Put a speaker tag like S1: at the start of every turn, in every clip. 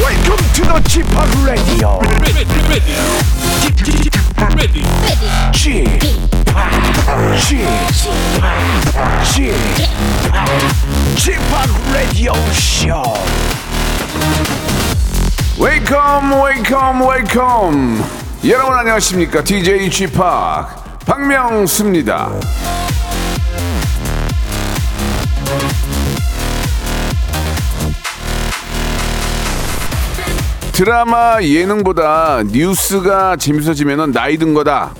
S1: Welcome to the g p o p Radio.
S2: ready, ready, ready, ready.
S1: g p o p g p o p g p o p Radio Show.
S3: 웨이컴 웨이컴 웨이컴 여러분 안녕하십니까 DJ g p o 박명수입니다 드라마 예능보다 뉴스가 재밌어지면 나이 든 거다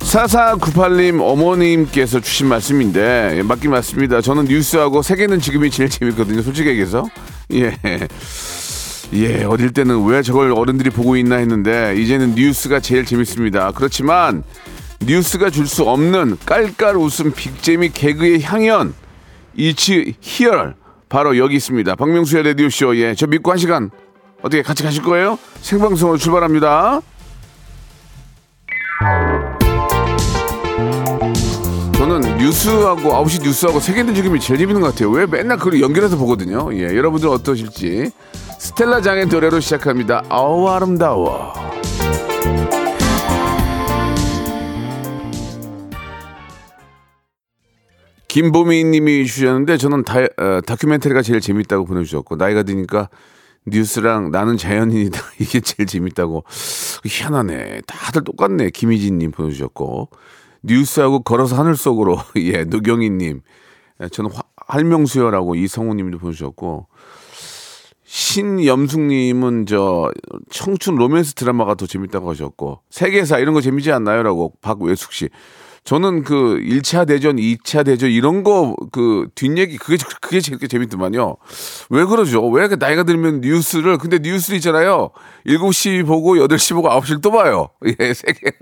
S3: 사사구팔님 어머님께서 주신 말씀인데 예, 맞긴 맞습니다. 저는 뉴스하고 세계는 지금이 제일 재밌거든요. 솔직히 얘기해서 예. 예, 어릴 때는 왜 저걸 어른들이 보고 있나 했는데 이제는 뉴스가 제일 재밌습니다. 그렇지만 뉴스가 줄 수 없는 깔깔 웃음, 빅재미, 개그의 향연, 이치 희열 바로 여기 있습니다. 박명수의 라디오 쇼. 예, 저 믿고 한 시간 어떻게 같이 가실 거예요? 생방송으로 출발합니다. 저는 뉴스하고 9시 뉴스하고 세계는 지금이 제일 재밌는 것 같아요. 왜 맨날 그걸 연결해서 보거든요. 예, 여러분들 어떠실지 스텔라 장의 노래로 시작합니다. 아우 아름다워. 김보미님이 주셨는데 저는 다, 어, 다큐멘터리가 제일 재밌다고 보내주셨고 나이가 드니까 뉴스랑 나는 자연인이다 이게 제일 재밌다고 희한하네 다들 똑같네 김희진님 보내주셨고 뉴스하고 걸어서 하늘 속으로 예 노경희님 예, 저는 화- 할명수요라고 이성우님도 보내주셨고 신염숙님은 저 청춘 로맨스 드라마가 더 재밌다고 하셨고 세계사 이런 거 재밌지 않나요라고 박외숙 씨. 저는 그 1차 대전, 2차 대전 이런 거 그 뒷얘기 그게 그게 재밌게 재밌더만요. 왜 그러죠? 왜 이렇게 나이가 들면 뉴스를 근데 뉴스 있잖아요. 7시 보고 8시 보고 9시를 또 봐요. 예, 세계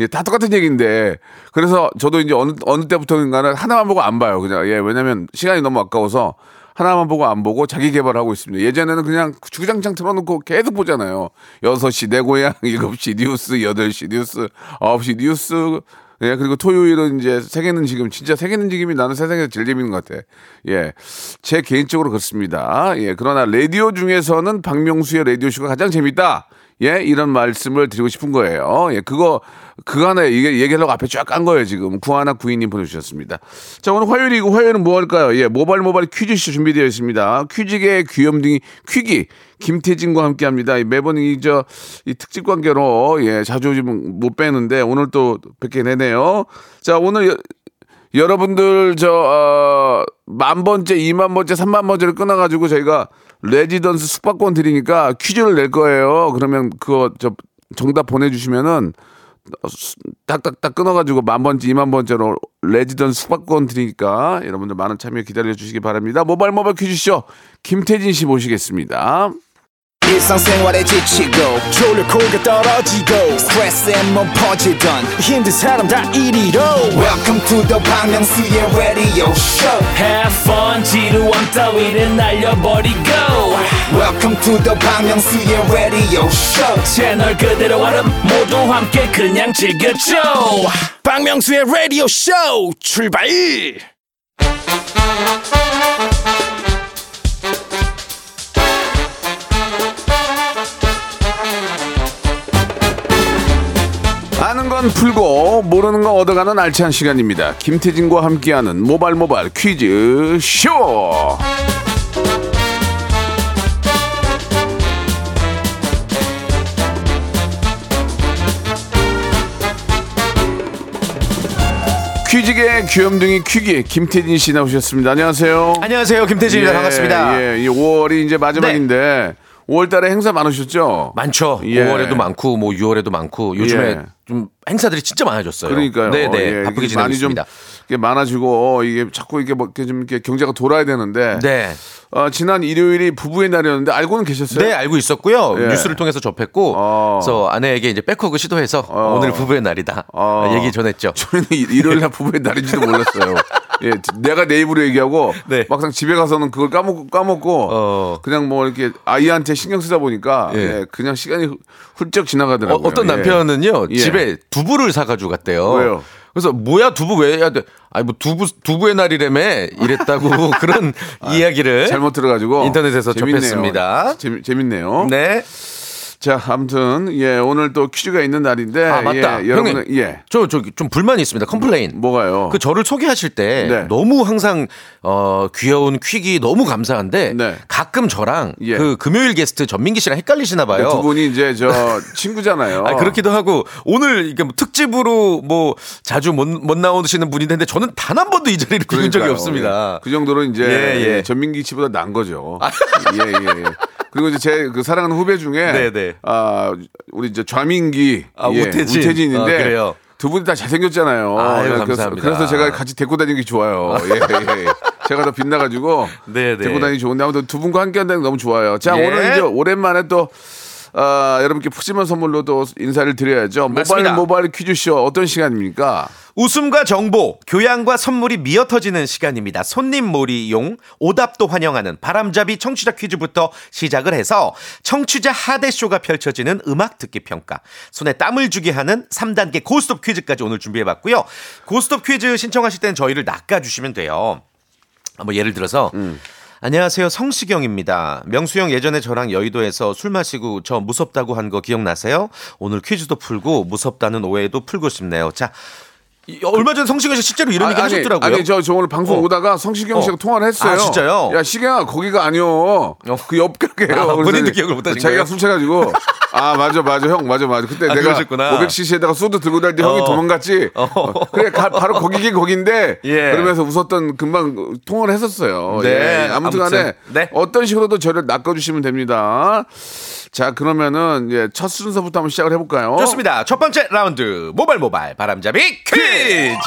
S3: 예, 다 똑같은 얘기인데. 그래서 저도 이제 어느 어느 때부터인가는 하나만 보고 안 봐요. 그냥 예, 왜냐면 시간이 너무 아까워서 하나만 보고 안 보고 자기 개발하고 있습니다. 예전에는 그냥 주구장창 틀어놓고 계속 보잖아요. 6시 내 고향, 7시 뉴스, 8시 뉴스, 9시 뉴스. 예, 그리고 토요일은 이제 세계는 지금, 진짜 세계는 지금이 나는 세상에서 제일 재밌는 것 같아. 예. 제 개인적으로 그렇습니다. 예. 그러나 라디오 중에서는 박명수의 라디오쇼가 가장 재밌다. 예, 이런 말씀을 드리고 싶은 거예요. 예, 그거, 그거 하나 얘기, 얘기하려고 앞에 쫙 깐 거예요, 지금. 구하나 구인님 보내주셨습니다. 자, 오늘 화요일이고, 화요일은 뭐 할까요? 예, 모발 모발 퀴즈쇼 준비되어 있습니다. 퀴즈계 귀염둥이 퀴기, 김태진과 함께 합니다. 이 매번 이, 저, 이 특집 관계로, 예, 자주 지금 못 빼는데, 오늘 또 뵙게 되네요. 자, 오늘 여- 여러분들 저 어, 만 번째, 이만 번째, 삼만 번째를 끊어가지고 저희가 레지던스 숙박권 드리니까 퀴즈를 낼 거예요. 그러면 그거 저 정답 보내주시면은 수- 딱딱딱 끊어가지고 만 번째, 이만 번째로 레지던스 숙박권 드리니까 여러분들 많은 참여 기다려 주시기 바랍니다. 모발 모발 퀴즈쇼 김태진 씨 모시겠습니다.
S4: 일상생활에 지치고, 졸려 코가 떨어지고, 스트레스에 몸 퍼지던, 힘든 사람 다 이리로. welcome to the Bang Myung-soo's radio show
S5: Have fun 지루한 따위를 날려버리고
S4: welcome to the Bang Myung-soo's radio show
S5: 채널 그대로 와름 모두 함께 그냥 즐겨줘
S2: 박명수의 라디오 쇼 출발!
S3: 아는 건 풀고 모르는 건 얻어가는 알찬 시간입니다. 김태진과 함께하는 모발 모발 퀴즈 쇼. 퀴즈계 귀염둥이 퀴기 김태진 씨 나오셨습니다. 안녕하세요.
S6: 안녕하세요 김태진입니다
S3: 예,
S6: 반갑습니다 네.
S3: 예, 이 5월이 이제 마지막인데 5월달에 행사 많으셨죠?
S6: 많죠
S3: 예.
S6: 5월에도 많고 뭐 6월에도 많고 요즘에
S3: 예.
S6: 좀 행사들이 진짜 많아졌어요
S3: 그러니까요.
S6: 네네
S3: 예,
S6: 바쁘게
S3: 이게
S6: 지내고 있습니다
S3: 좀 이게 많아지고 이게 자꾸 이게 뭐 이렇게 좀 이렇게 경제가 돌아야 되는데.
S6: 네.
S3: 어, 지난 일요일이 부부의 날이었는데 알고는 계셨어요?
S6: 네 알고 있었고요
S3: 예.
S6: 뉴스를 통해서 접했고
S3: 어.
S6: 그래서 아내에게 이제 백허그 시도해서
S3: 어.
S6: 오늘 부부의 날이다
S3: 어.
S6: 얘기 전했죠
S3: 저희는 이- 일요일
S6: 네.
S3: 날 부부의 날인지도 몰랐어요. 예, 내가 내 입으로 얘기하고
S6: 네.
S3: 막상 집에 가서는 그걸 까먹고 까먹고
S6: 어.
S3: 그냥 뭐 이렇게 아이한테 신경 쓰다 보니까
S6: 예.
S3: 예, 그냥 시간이 훌- 훌쩍
S6: 어,
S3: 지나가더라고요.
S6: 어떤
S3: 예.
S6: 남편은요
S3: 예.
S6: 집에 두부를 사가지고 갔대요
S3: 왜요?
S6: 그래서 뭐야 두부 왜 해야 돼? 아니 뭐 두부 두부의 날이라며 이랬다고 그런 이야기를
S3: 아, 잘못 들어가지고
S6: 인터넷에서
S3: 재밌네요.
S6: 접했습니다.
S3: 재미, 재밌네요.
S6: 네.
S3: 자, 아무튼 예 오늘 또 퀴즈가 있는 날인데
S6: 아 맞다.
S3: 예, 여러분
S6: 형님,
S3: 예
S6: 저 저기 좀 불만이 있습니다. 컴플레인.
S3: 뭐가요?
S6: 그 저를 소개하실 때
S3: 어. 네.
S6: 너무 항상 어 귀여운 퀵이 너무 감사한데
S3: 네.
S6: 가끔 저랑
S3: 예. 네,
S6: 그 금요일 게스트 전민기 씨랑 헷갈리시나 봐요.
S3: 두 분이 어. 이제 저 친구잖아요.
S6: 아 그렇기도 하고 오늘 이게 뭐 특집으로 뭐 자주 못, 못 나오시는 분이 되는데 저는 단 한 번도 이 자리를 비운 적이
S3: 그러니까요.
S6: 없습니다.
S3: 예. 그 정도로 이제
S6: 예, 예.
S3: 예, 전민기 씨보다 난 거죠. 예, 예, 예. 그리고 이제 제 그 사랑하는 후배 중에
S6: 네, 네.
S3: 아 우리 이제 좌민기,
S6: 아,
S3: 예,
S6: 우태진.
S3: 우태진인데
S6: 아, 그래요.
S3: 두 분이 다 잘생겼잖아요.
S6: 아유,
S3: 그래서-
S6: 감사합니다.
S3: 그래서 제가 같이 데리고 다니는 게 좋아요. 예, 예, 예. 제가 더 빛나가지고
S6: 네, 네.
S3: 데리고 다니기 좋은데 아무튼 두 분과 함께 한다는 게 너무 좋아요. 자
S6: 예.
S3: 오늘 이제 오랜만에 또 아, 여러분께 푸짐한 선물로 또 인사를 드려야죠.
S6: 맞습니다.
S3: 모바일 모바일 퀴즈쇼 어떤 시간입니까?
S6: 웃음과 정보, 교양과 선물이 미어 터지는 시간입니다. 손님 몰이용, 오답도 환영하는 바람잡이 청취자 퀴즈부터 시작을 해서 청취자 하대쇼가 펼쳐지는 음악 듣기 평가, 손에 땀을 주게 하는 3단계 고스톱 퀴즈까지 오늘 준비해봤고요. 고스톱 퀴즈 신청하실 땐 저희를 낚아주시면 돼요. 아, 뭐 예를 들어서 안녕하세요 성시경입니다. 명수형 예전에 저랑 여의도에서 술 마시고 저 무섭다고 한 거 기억나세요? 오늘 퀴즈도 풀고 무섭다는 오해도 풀고 싶네요. 자 이- 얼마 전에 성시경 씨 실제로 뭐 이런 얘기
S3: 아니,
S6: 하셨더라고요.
S3: 아니 저, 저 오늘 방송
S6: 어.
S3: 오다가 성시경 씨가
S6: 어.
S3: 통화를 했어요.
S6: 아, 진짜요? 어.
S3: 야 시경아 거기가 아니요. 그 옆가게예요.
S6: 아,
S3: 그래서
S6: 본인도 기억을 못 하신
S3: 자기가
S6: 거예요?
S3: 술 취해가지고 아 맞아 맞아 형 맞아 맞아 그때
S6: 아,
S3: 내가
S6: 그러셨구나.
S3: 500cc에다가 소주 들고 다닐 때 형이
S6: 어.
S3: 도망갔지.
S6: 어.
S3: 어, 그래 가- 바로 거기긴 거긴데
S6: 예.
S3: 그러면서 웃었던 금방 통화를 했었어요.
S6: 네,
S3: 예. 아무튼간에
S6: 아무튼, 네.
S3: 어떤 식으로도 저를 낚아주시면 됩니다. 자 그러면은 예, 첫 순서부터 한번 시작을 해볼까요?
S6: 좋습니다. 첫 번째 라운드 모발 모발 바람잡이 퀴즈.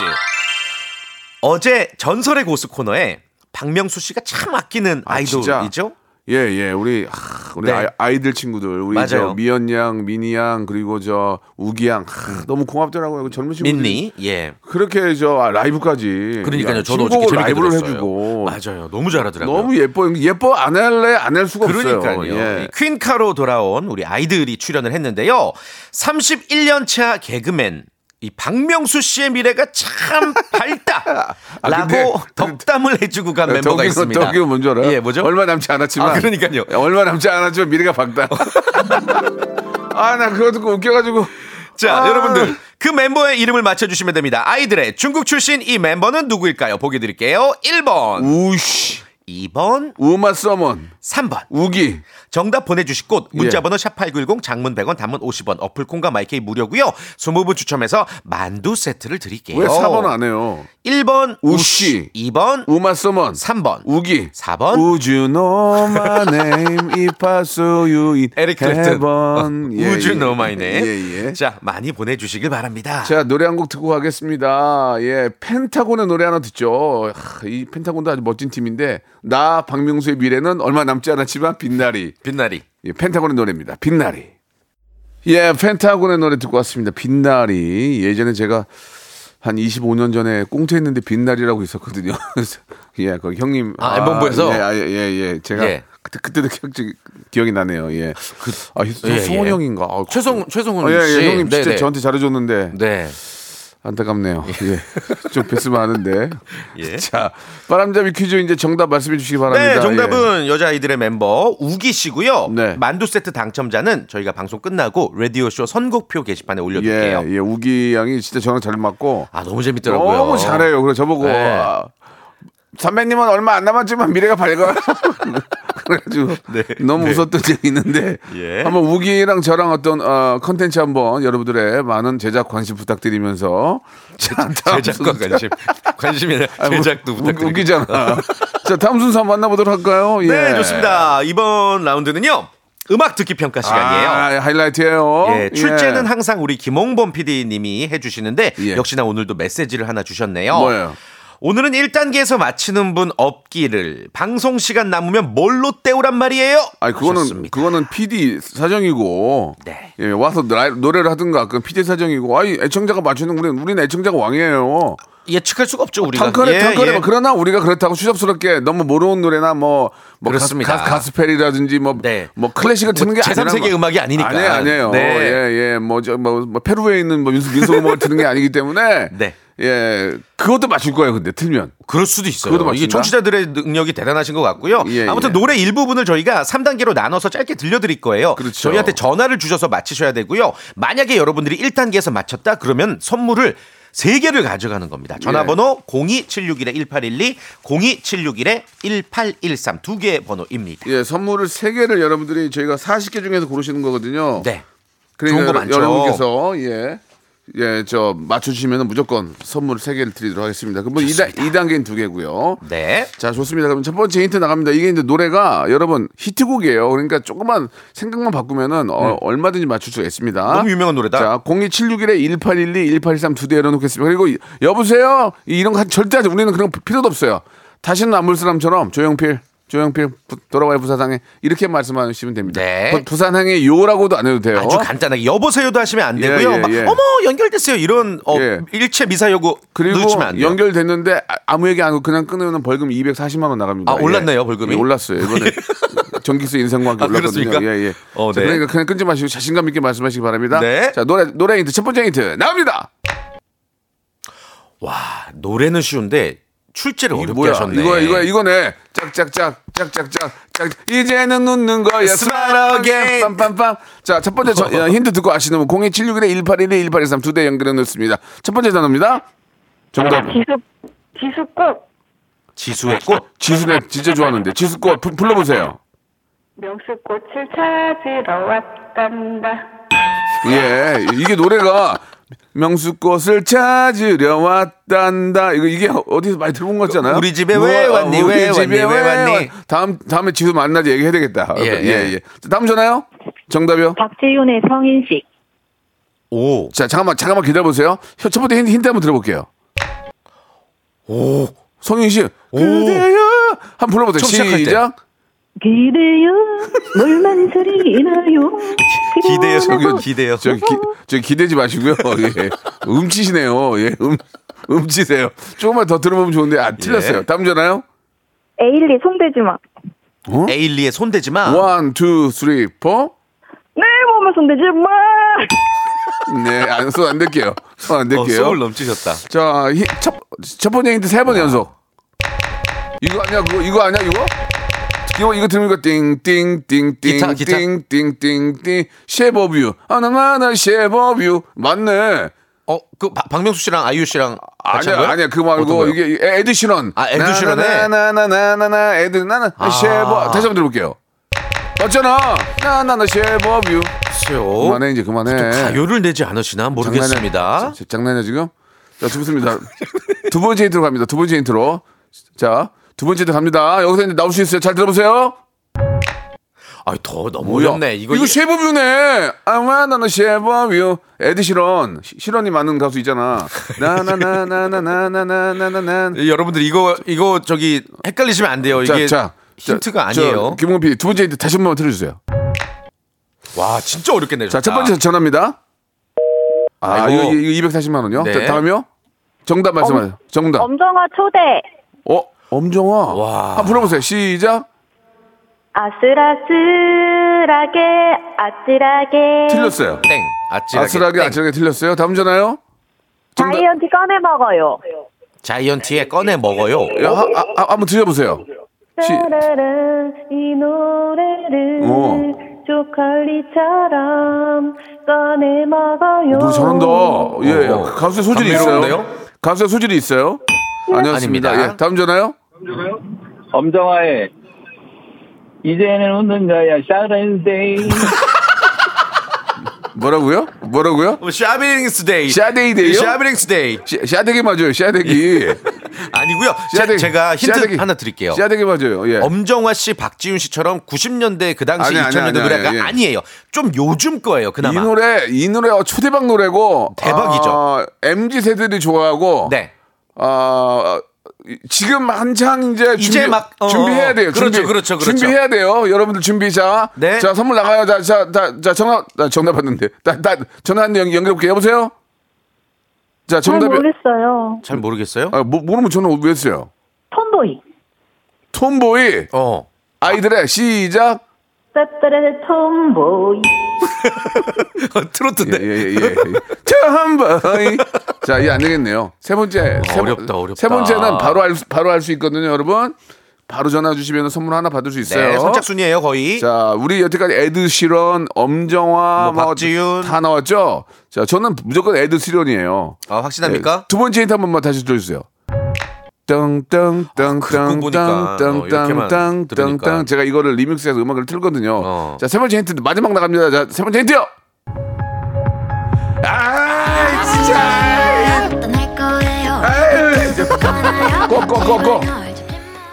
S6: 어제 전설의 고수 코너에 박명수 씨가 참 아끼는
S3: 아, 진짜?
S6: 아이돌이죠.
S3: 예, 예. 우리 하, 우리
S6: 네.
S3: 아이- 아이들 친구들. 우리
S6: 맞아요.
S3: 저 미연 양, 미니 양, 그리고 저 우기 양. 하, 너무 고맙더라고요. 그 젊은 친구들.
S6: 음. 민니. 예.
S3: 그렇게 저 아, 라이브까지.
S6: 그러니까요.
S3: 야,
S6: 저도
S3: 신곡을
S6: 어저께 재밌게
S3: 라이브를
S6: 들었어요.
S3: 해주고.
S6: 맞아요. 너무 잘하더라고요.
S3: 너무 예뻐. 예뻐 안 할래 안 할 수가
S6: 그러니까요.
S3: 없어요. 예.
S6: 이 퀸카로 돌아온 우리 아이들이 출연을 했는데요. 31년차 개그맨 이 박명수 씨의 미래가 참 밝다라고
S3: 아, 근데- 그 네,
S6: 덕담을 해주고 간 멤버가
S3: 덕이-
S6: 있습니다.
S3: 덕이 뭔지 알아요?
S6: 예, 뭐죠?
S3: 얼마 남지 않았지만. 예,
S6: 아, 그러니까요.
S3: 얼마 남지 않았지만 미래가 밝다. 아, 나 그거 듣고 웃겨가지고.
S6: 어. 자,
S3: 아.
S6: 여러분들 그 멤버의 이름을 맞춰주시면 됩니다. 아이들의 중국 출신 이 멤버는 누구일까요? 보기 드릴게요. 1번,
S3: 우씨.
S6: 2번,
S3: 우마 서먼.
S6: 3번.
S3: 우기.
S6: 정답 보내주실 곳
S3: 예.
S6: 문자번호 샵8910 장문 100원 단문 50원 어플 콩과 마이케이 무료고요 20분 추첨해서 만두 세트를 드릴게요
S3: 왜 4번 안 해요?
S6: 1번
S3: 우씨.
S6: 2번
S3: 우마 서먼.
S6: 3번
S3: 우기
S6: 4번
S3: 우주 노마 네임 이파소유인
S6: 에릭 클랩튼 어, 우주
S3: 네
S6: 노마이네
S3: 예, 예. 자.
S6: 자 많이 보내주시길 바랍니다
S3: 노래 한 곡 듣고 가겠습니다. 예, 펜타곤의 노래 하나 듣죠. 하, 이 펜타곤도 아주 멋진 팀인데 나 박명수의 미래는 얼마 남지 않았지만 빛나리.
S6: 빛나리
S3: 예, 펜타곤의 노래입니다. 빛나리. 예, 펜타곤의 노래 듣고 왔습니다. 빛나리. 예전에 제가 한 25년 전에 꽁트했는데 빛나리라고 있었거든요. 그래서 예, 거기 형님.
S6: 아, 엠본부에서?
S3: 예, 아, 예, 예, 예. 제가
S6: 예.
S3: 그때 그때도 기억, 기억이 나네요. 예. 그, 아,
S6: 예,
S3: 소원
S6: 예.
S3: 형인가? 아,
S6: 최송 최송훈
S3: 아, 예,
S6: 씨
S3: 예, 형님 진짜
S6: 네네.
S3: 저한테 잘해줬는데
S6: 네
S3: 안타깝네요. 예. 좀 뵀으면 아는데.
S6: 예.
S3: 자, 바람잡이 퀴즈 이제 정답 말씀해 주시기 바랍니다.
S6: 네,
S3: 예.
S6: 정답은 여자아이들의 멤버 우기 씨고요.
S3: 네.
S6: 만두 세트 당첨자는 저희가 방송 끝나고 라디오쇼 선곡표 게시판에 올려둘게요.
S3: 예, 예, 우기 양이 진짜 저랑 잘 맞고
S6: 아 너무 재밌더라고요.
S3: 너무 잘해요. 그래 저보고
S6: 네.
S3: 아, 선배님은 얼마 안 남았지만 미래가 밝아. 그래가지고 너무 웃었던 적이 있는데
S6: 네. 예.
S3: 한번 우기랑 저랑 어떤 어, 컨텐츠 한번 여러분들의 많은 제작 관심 부탁드리면서 자, 다음
S6: 제작과
S3: 순서-
S6: 관심, 관심이 아니라
S3: 아니, 뭐,
S6: 제작도
S3: 우-
S6: 부탁드립니다.
S3: 웃기잖아. 자 다음 순서 한번 만나보도록 할까요? 예.
S6: 네, 좋습니다. 이번 라운드는요. 음악 듣기 평가 시간이에요.
S3: 아, 하이라이트예요.
S6: 예, 출제는 항상 우리 김홍범 PD님이 해주시는데
S3: 예.
S6: 역시나 오늘도 메시지를 하나 주셨네요.
S3: 뭐예요?
S6: 오늘은 1단계에서 마치는 분 없기를 방송 시간 남으면 뭘로 때우란 말이에요.
S3: 아니 그거는
S6: 하셨습니다.
S3: 그거는 PD 사정이고
S6: 네.
S3: 예, 와서 라이- 노래를 하든가 그 PD 사정이고 아니 애청자가 맞추는 우리는 우리는 애청자가 왕이에요.
S6: 예측할 수가 없죠 우리가.
S3: 탕커레
S6: 예,
S3: 탕커레
S6: 예.
S3: 뭐 그러나 우리가 그렇다고 추잡스럽게 너무 모르는 노래나 뭐뭐
S6: 그렇습니다.
S3: 가스, 가스펠이라든지 뭐 뭐
S6: 네.
S3: 클래식을 듣는 게
S6: 제3
S3: 아니라 뭐.
S6: 세계 음악이 아니니까.
S3: 아니 에요 어, 예.
S6: 네.
S3: 뭐, 예예 뭐저뭐 페루에 있는 뭐 민속 민속 음악을 듣는 게 아니기 때문에
S6: 네.
S3: 예, 그것도 맞출 거예요. 근데 틀면
S6: 그럴 수도 있어요.
S3: 그것도
S6: 이게
S3: 맞습니다.
S6: 청취자들의 능력이 대단하신 것 같고요.
S3: 예,
S6: 아무튼
S3: 예.
S6: 노래 일부분을 저희가 3단계로 나눠서 짧게 들려드릴 거예요.
S3: 그렇죠.
S6: 저희한테 전화를 주셔서 맞히셔야 되고요. 만약에 여러분들이 1단계에서 맞췄다 그러면 선물을 3개를 가져가는 겁니다. 전화번호
S3: 예.
S6: 02761-1812, 02761-1813 두 개의 번호입니다.
S3: 예, 선물을 세 개를 여러분들이 저희가 40개 중에서 고르시는 거거든요.
S6: 네.
S3: 그러니까
S6: 좋은 거 많죠.
S3: 여러분께서 예. 예, 저 맞춰주시면 무조건 선물 세개를 드리도록 하겠습니다. 그럼 뭐 이단이단계는두개고요
S6: 네.
S3: 자, 좋습니다. 그럼 첫 번째 힌트 나갑니다. 이게 이제 노래가 여러분 히트곡이에요. 그러니까 조금만 생각만 바꾸면은 어, 얼마든지 맞출 수가 있습니다.
S6: 음. 너무 유명한 노래다.
S3: 자, 02761에 1812, 1813 두 대 열어놓겠습니다. 그리고 이- 여보세요? 이- 이런 거 하- 절대 하지. 우리는 그런 거 필요도 없어요. 다시는 안 볼 사람처럼 조용필, 조용필, 부- 돌아와요 부산항에 이렇게 말씀하시면 됩니다.
S6: 네.
S3: 부- 부산항에 요라고도 안 해도 돼요.
S6: 아주 간단하게 여보세요도 하시면 안 되고요.
S3: 어? 예, 예,
S6: 막,
S3: 예.
S6: 어머 연결됐어요 이런 어,
S3: 예.
S6: 일체 미사 요구
S3: 그리고
S6: 늦으면 안 돼요.
S3: 연결됐는데 아- 아무 얘기 안 하고 그냥 끊으면 벌금 240만 원 나갑니다.
S6: 아, 올랐나요, 벌금이?
S3: 예, 올랐어요. 이번에 전기세 인상과학이
S6: 아,
S3: 올랐거든요.
S6: 그렇습니까?
S3: 예, 예.
S6: 어,
S3: 자,
S6: 네.
S3: 그러니까 그냥 끊지 마시고 자신감 있게 말씀하시기 바랍니다.
S6: 네.
S3: 자, 노래 노래 힌트 첫 번째 힌트 나갑니다.
S6: 와 노래는 쉬운데 출제를 어렵게
S3: 뭐야?
S6: 하셨네.
S3: 이거야, 이거야, 이거네. 짝짝짝, 짝짝짝, 짝. 이제는 웃는 거야.
S6: Smile again.
S3: 빰빰빰. 자, 첫 번째 저, 야, 힌트 듣고 아시는 분 02761에 1812, 1823 두 대 연결해 놓습니다. 첫 번째 단어입니다. 정답.
S7: 지수 지수꽃
S6: 지수의 꽃.
S3: 지수네 진짜 좋아하는데 지수꽃 불- 불러보세요.
S7: 명수꽃을 찾으러 왔단다.
S3: 예, 이게 노래가 명수꽃을 찾으려 왔단다. 이거 이게 어디서 많이 들어본 거 같잖아요. 뭐,
S6: 우리 집에 왜
S3: 우와,
S6: 왔니? 왜
S3: 우리 집에
S6: 왔니? 왜 왔니?
S3: 왔- 다음 다음에 지수 만나서 얘기해야 되겠다.
S6: 예,
S3: 예, 예.
S6: 예.
S3: 다음 전화요. 정답이요.
S8: 박재윤의 성인식.
S6: 오.
S3: 자, 잠깐만 잠깐만 기다려 보세요. 첫 번째 힌트, 힌트 한번 들어볼게요.
S6: 오.
S3: 성인 씨. 그대여 한번 불러보세요.
S6: 처음 시작할 때.
S3: 시작.
S8: 기대요. 물만 소리나요.
S6: 기대요, 저기
S3: 저기,
S6: 기대요.
S3: 저기, 기, 저기 기대지 마시고요. 예. 음치시네요. 예. 음, 음치세요. 조금만 더 들어보면 좋은데 안 틀렸어요.
S6: 예.
S3: 다음 전화요.
S8: 에일리 손대지마.
S6: 에일리의 손대지마.
S3: 원, 투, 쓰리, 포.
S8: 내 몸을 손대지마.
S3: 네, 안, 손안 댈게요. 손 안
S6: 어,
S3: 댈게요.
S6: 소울 넘치셨다.
S3: 자, 히, 첫, 첫 번째 힌트 세 번 연속. 이거 아니야, 그거, 이거 아니야, 이거? 이거, 이거 들으니까 띵, 띵, 띵, 띵,
S6: 기타, 기타.
S3: 띵, 띵, 띵, 띵, 쉐이브 오브 유. 아, 하나하나 쉐이브 오브 유. 맞네.
S6: 어, 그 바- 박명수 씨랑 아이유 씨랑 같이
S3: 아니야,
S6: 한 거예요?
S3: 아니야, 그거
S6: 어떤
S3: 말고
S6: 거예요?
S3: 이게 에- 에드 시런.
S6: 아, 에드 아. 시런의?
S3: 나나나나나나 에드 나나 쉐이브. 다시 한번 들어볼게요. 맞잖아. 나나나 쉐이브 오브 유.
S6: 글쎄요.
S3: 그만해 이제 그만해.
S6: 가요를 내지 않으시나 모르겠습니다.
S3: 장난이야, 지- 장난이야 지금? 자, 좋습니다. 두 번째 힌트로 갑니다. 두 번째 힌트로. 자, 두 번째 힌트 갑니다. 여기서 이제 나올 수 있어요. 잘 들어보세요.
S6: 아, 더 너무 어렵네. 이거
S3: 이거 쉐버뷰네. 아마나나 쉐버뷰. 에드 시런. 시- 시런이 많은 가수 있잖아. 나나나나나나나나나나.
S6: 여러분들 이거 이거 저기 헷갈리시면 안 돼요. 이게 힌트가 아니에요.
S3: 김홍 PD 두 번째 힌트 다시 한번 들려주세요.
S6: 와, 진짜 어렵게 내셨다.
S3: 자, 첫 번째 전화입니다. 아, 이거,
S6: 아이고.
S3: 이거 240만 원요.
S6: 네.
S3: 자, 다음이요. 정답 말씀하세요. 정답.
S8: 엄정화 초대.
S3: 어, 엄정화.
S6: 와.
S3: 한번 불러보세요. 시작.
S8: 아슬아슬하게 아찔하게.
S3: 틀렸어요.
S6: 땡. 아찔하게.
S3: 아슬하게
S6: 땡.
S3: 아슬하게 틀렸어요. 다음 전화요. 정답.
S8: 다이어트 꺼내 먹어요.
S6: 자이언티의 꺼내 먹어요.
S3: 야, 하- 아, 아, 한번 들려보세요. 시-
S8: 따라란 이 노래를
S3: 어.
S8: 초콜릿처럼 꺼내 먹어요.
S3: 노래 잘한다. 예,
S6: 어.
S3: 가수의 소질이
S6: 감미로운데요?
S3: 있어요. 가수의 소질이 있어요. 아니었습니다.
S6: 아닙니다.
S3: 예, 다음 전화요.
S9: 엄정화의 이제는 웃는 거야 샤렌데이
S3: 뭐라고요? 뭐라고요?
S6: 샤비링스 데이.
S3: 샤데이데이요?
S6: 샤비링스 데이.
S3: 시- 샤대기 맞아요. 샤대기.
S6: 아니고요. 예. 제,
S3: 샤대기.
S6: 제가 힌트
S3: 샤대기.
S6: 하나 드릴게요.
S3: 샤대기 맞아요. 예.
S6: 엄정화 씨, 박지윤 씨처럼 90년대 그 당시
S3: 아니, 아니,
S6: 2000년대
S3: 아니, 아니,
S6: 노래가
S3: 예.
S6: 아니에요. 좀 요즘 거예요,
S3: 이
S6: 그나마.
S3: 노래 이 노래 어, 초대박 노래고
S6: 대박이죠.
S3: 아, MZ 세대들이 좋아하고
S6: 네.
S3: 아 지금 한창 이제 준비,
S6: 이제 막, 어,
S3: 준비해야 돼요.
S6: 그렇죠,
S3: 준비,
S6: 그렇죠, 그렇죠.
S3: 준비해야 돼요. 여러분들 준비 자.
S6: 네.
S3: 자 선물 나가요. 자, 자, 자, 자 전화 나 전화 받는데. 나, 나 전화 한 연, 연결해 볼게요. 여보세요. 자
S8: 잘
S3: 정답이
S8: 아, 모르겠어요.
S6: 잘 모르겠어요.
S3: 아, 모, 모르면 전화 왜 했어요?
S8: 톰보이.
S3: 톰보이
S6: 어.
S3: 아. 아이들의 시작.
S8: 따따라 톰보이.
S6: 트로트인데.
S3: 예예예. 참바이. 자, 이게 안 되겠네요. 세 번째. 세 번-
S6: 어렵다, 어렵다.
S3: 세 번째는 바로 알, 수- 바로 알 수 있거든요, 여러분. 바로 전화 주시면 선물 하나 받을 수 있어요.
S6: 네, 선착순이에요 거의.
S3: 자, 우리 여태까지 에드 시런, 엄정화,
S6: 뭐 박지윤.
S3: 다 나왔죠? 자, 저는 무조건 에드 시런이에요.
S6: 아, 확신합니까?
S3: 네, 두 번째 힌트 한 번만 다시 들어주세요.
S6: 아, 그거 보니까, 어, 이렇게만 들으니까.
S3: 땅땅땅땅땅땅땅땅땅 제가 이거를 리믹스해서 음악을 틀거든요.
S6: 어.
S3: 자, 세 번째 힌트 마지막 나갑니다. 자, 세 번째 힌트요. 아, 진짜. 아, 꼬꼬꼬꼬.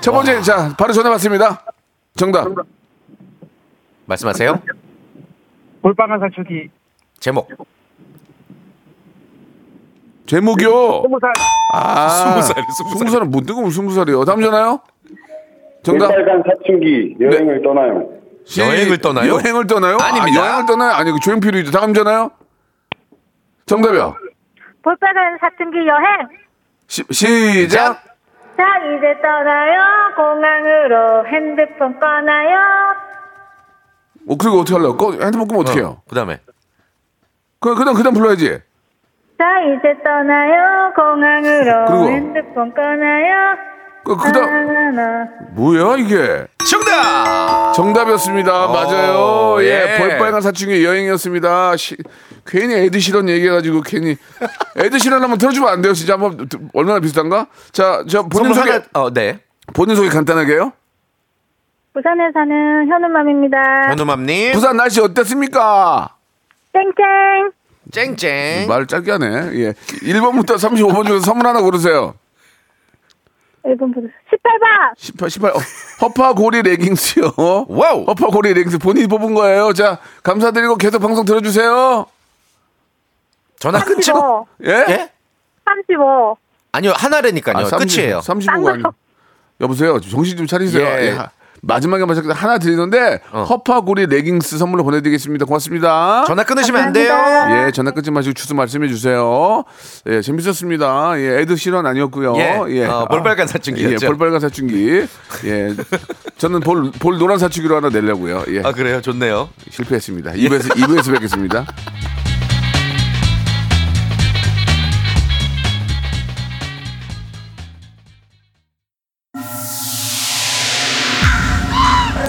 S3: 첫 번째 자, 바로 전화 받습니다. 정답. 예.
S6: 말씀하세요.
S9: 볼빨간 사춘기
S6: 제목. 어,
S3: 제목이요.
S9: 스무 살
S3: 아,
S6: 스무 살이, 스무 살.
S3: 스무 살은 못 뜨고 스무 살이요. 다음 전화요. 정답.
S9: 볼빨간 사춘기 여행을 떠나요
S3: 시-
S6: 여행을 떠나요?
S3: 여행을 떠나요?
S6: 아닙니다.
S3: 아, 여행을 떠나요? 아니, 그 조용필이죠. 다음 전화요. 정답이요.
S8: 볼빨간 사춘기 여행.
S3: 시, 시작.
S8: 자, 이제 떠나요. 공항으로 핸드폰 꺼나요.
S3: 어, 그리고 어떻게 하려고? 꺼- 핸드폰 끄면 어떻게 해요?
S6: 그다음에
S3: 그, 그다음, 그다음 불러야지.
S8: 자, 이제 떠나요. 공항으로
S3: 그리고.
S8: 핸드폰 꺼나요. 아,
S3: 그, 그다음,
S8: 나나나.
S3: 뭐야, 이게?
S6: 정답.
S3: 정답이었습니다. 맞아요. 예.
S6: 어, 예.
S3: 볼빨간 사춘기 여행이었습니다. 시- 괜히 에드시런 얘기해가지고 괜히 에드시런 한번 들어주면 안 돼요? 진짜 한번 드- 얼마나 비슷한가? 자, 저 본인
S6: 선물
S3: 소개
S6: 하나. 어, 네.
S3: 본인 소개 간단하게요.
S8: 부산에 사는 현우맘입니다.
S6: 현우맘님.
S3: 부산 날씨 어땠습니까?
S8: 땡땡.
S6: 쨍쨍.
S3: 말 짧게 하네. 예. 1번부터 35번 중에서 선물 하나 고르세요.
S8: 1번 보세요. 18번.
S3: 18, 18. 어, 허파고리 레깅스요.
S6: 와우.
S3: 허파고리 레깅스 본인이 뽑은 거예요. 자, 감사드리고 계속 방송 들어주세요.
S9: 아,
S6: 전화 끊죠.
S9: 어.
S8: 35.
S3: 예?
S6: 예?
S8: 35.
S6: 아니요 하나래니까요. 끝이에요.
S3: 35가
S8: 딴
S3: 아니고.
S8: 거.
S3: 여보세요. 정신 좀 차리세요.
S6: 예.
S3: 예, 하- 마지막에 마지막 하나 드리는데
S6: 어.
S3: 허파고리 레깅스 선물로 보내드리겠습니다. 고맙습니다.
S6: 전화 끊으시면 안 돼요.
S8: 감사합니다.
S3: 예, 전화 끊지 마시고 주소 말씀해 주세요. 예, 재밌었습니다. 예, 에드 실런 아니었고요.
S6: 예, 어, 볼빨간 사춘기였죠.
S3: 예, 볼빨간 사춘기. 예, 저는 볼, 볼 노란 사춘기로 하나 내려고요. 예,
S6: 아 그래요. 좋네요.
S3: 실패했습니다. 2부에서, 2부에서 뵙겠습니다.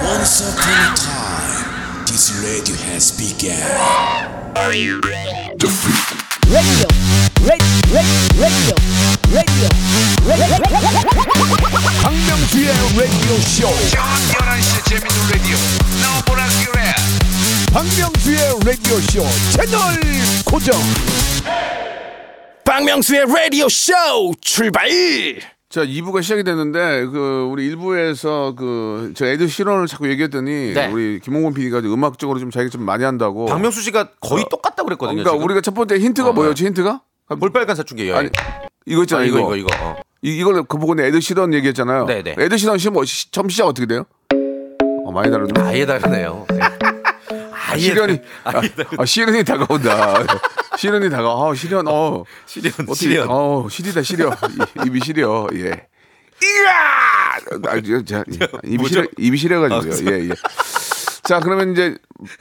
S1: Once upon a time, this radio has begun. 박명수의 라디오 쇼. 박명수의 라디오 쇼 채널 고정.
S2: 박명수의 라디오 쇼 출발!
S3: 자, 2부가 시작이 됐는데, 그, 우리 1부에서 그, 저 에드 실런을 자꾸 얘기했더니,
S6: 네.
S3: 우리 김홍곤 PD가 음악적으로 좀 자기가 좀 많이 한다고.
S6: 박명수 씨가 거의 똑같다고 뭐. 어. 그랬거든요.
S3: 그러니까
S6: 지금.
S3: 우리가 첫 번째 힌트가 뭐였지, 힌트가?
S6: 볼빨간 사춘기 예, 여행.
S3: 아니, 이거 있잖아,
S6: 아,
S3: 요
S6: 이거 이거 이거. 어.
S3: 이, 이걸 그 보고 에드 시런 얘기했잖아요.
S6: 네네.
S3: 에드 시런 시 뭐, 시, 처음 시작 어떻게 돼요? 어, 많이 다르죠.
S6: 아예 다르네요. 네. 아예
S3: 시련이
S6: 아,
S3: 아, 아, 시련이 다가온다. 시련이 다가. 아, 시련. 어.
S6: 시련
S3: 어떻게-
S6: 시련.
S3: 어, 시리다 시려. 이- 입이 시려. 예. 이야! 아, 저, 저, 입이
S6: 뭐죠? 아,
S3: 시려 입이 시려 가지고요. 예, 예. 자, 그러면 이제